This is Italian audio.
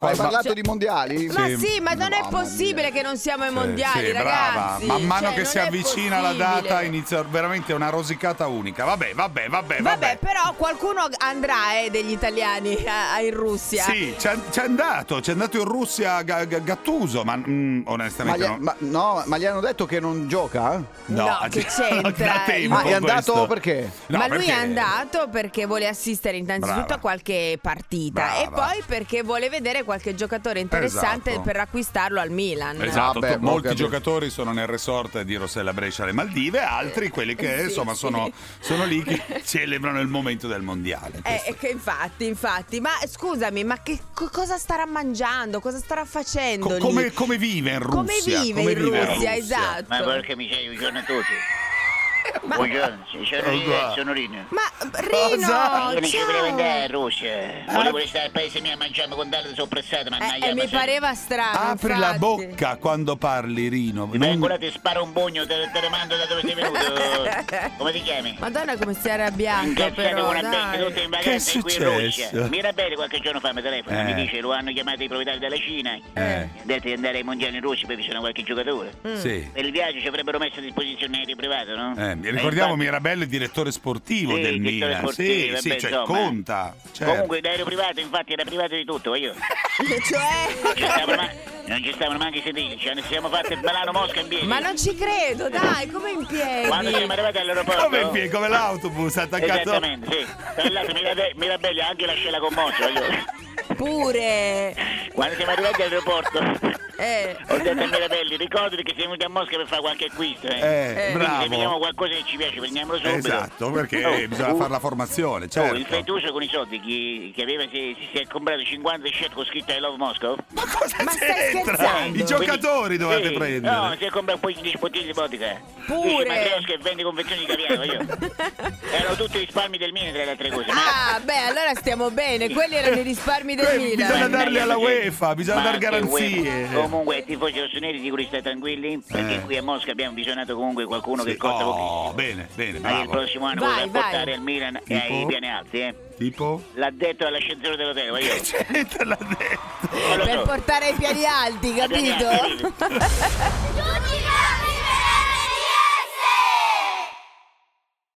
Hai Poi, ma- parlato di mondiali? cioè Ma Sì. sì, ma non è Mamma possibile che non siamo ai mondiali, sì, ragazzi. brava. Man mano Cioè, che non si è avvicina la possibile. data inizia veramente una rosicata unica. Vabbè, vabbè, vabbè, Vabbè, però qualcuno andrà eh, degli italiani a- a- in Russia. Sì, c'è, c'è andato, c'è andato in Russia Ga- Ga- Gattuso, ma mm, Ma onestamente gli, no. ma- no, ma gli hanno detto che non gioca? No, che non c'entra? eh. dà tempo Ma è andato questo. perché? No, Ma lui perché- è andato perché vuole assistere innanzitutto Brava. a qualche partita e Brava. poi perché vuole vedere qualche giocatore interessante Esatto. per acquistarlo al Milan. Esatto, Vabbè, tu- ho molti capito. giocatori sono nel resort di Rossella Brescia alle Maldive, altri quelli che Sì, insomma sì. Sono, sono lì che celebrano il momento del mondiale. Eh, eh, che infatti, infatti, ma scusami, ma che co- cosa starà mangiando? Cosa starà facendo? Co- lì? come, come vive in eh, Come Russia? vive in Russia, esatto. Ma porca miseria, buongiorno a tutti. Ma, Buongiorno, Eh, sono Rino, sono Rino. ma Rino, Cosa? Io non ci volevo andare in ciao. Russia. Volevo restare al paese mio a mangiare condato soppressato, ma Ah. Eh, eh, mi pareva strano. Apri la infatti. bocca quando parli, Rino. Ma Non- ancora ti sparo un pugno, te, te rimando da dove sei venuto. Come ti chiami? Madonna, come si è arrabbiato, Incazzato però. con la bestia, dai. tutti in Che è vacanza qui in successo? Russia. Mirabelli qualche giorno fa mi telefona, Eh. mi dice lo hanno chiamato i proprietari della Cina. Eh. Mi ha detto di andare ai mondiali in Russia perché sono qualche giocatore. Sì. Per il viaggio ci avrebbero messo a disposizione aereo privato, no? Eh, mi E ricordiamo infatti- Mirabelli, direttore sportivo Sì, del direttore Milan. sportivo, sì, sì, vabbè, cioè, insomma. conta. certo. Comunque l'aereo privato infatti era privato di tutto, io. Non ci Cioè, stavano, ma- non ci stavano neanche i sedili, cioè ne siamo fatti il banano mosca in piedi. ma non ci credo, dai, come in Quando siamo piedi? arrivati all'aeroporto. Come, il pie- come l'autobus attaccato. Esattamente, sì. Tra l'altro Mirabe- Mirabelli ha anche la scena commossa, voglio. Pure. Quando siamo arrivati all'aeroporto. Eh. Ho detto a Mirabelli, ricordati che siamo venuti a Mosca per fare qualche acquisto, eh. Eh, Eh. Quindi se bravo. vediamo qualcosa che ci piace, prendiamolo subito. Esatto, perché Oh, bisogna oh, fare la formazione, oh, il certo. fettuso con i soldi chi- che aveva si, si- si è comprato 50 shirt con scritto I love Moscow. Ma cosa Ma stai c'entra? scherzando? I giocatori Quindi- dovete sì, prendere. No, si è comprato poi 10 bottiglie di vodka. Pure. Dice Matteos che vende confezioni di caviale, io. Erano tutti risparmi del mine tra le altre cose. ma- Ah, beh, allora stiamo bene. Quelli erano i risparmi del Que- Milan. bisogna Ma- darli alla sì. UEFA, bisogna Ma dar anche garanzie. UEFA. Comunque, i tifosi rossoneri dicono di stare tranquilli, perché Eh. qui a Mosca abbiamo bisognato comunque qualcuno Sì. che costa pochissimo. Oh, bene, bene, Ma il bravo. prossimo anno Vai, vorrà vai. portare al Milan e ai Tipo? piani alti, eh. Tipo? L'ha detto all'ascensore dell'hotel, voglio. Che c'entra l'ha detto? Non lo Per so. portare ai piedi alti, Ai piani capito? alti, sì. Giudice!